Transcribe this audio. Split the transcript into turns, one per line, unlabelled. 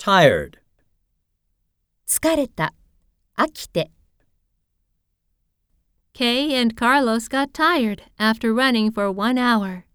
tired,
疲れた、飽きて、
Kay and Carlos got tired after running for one hour.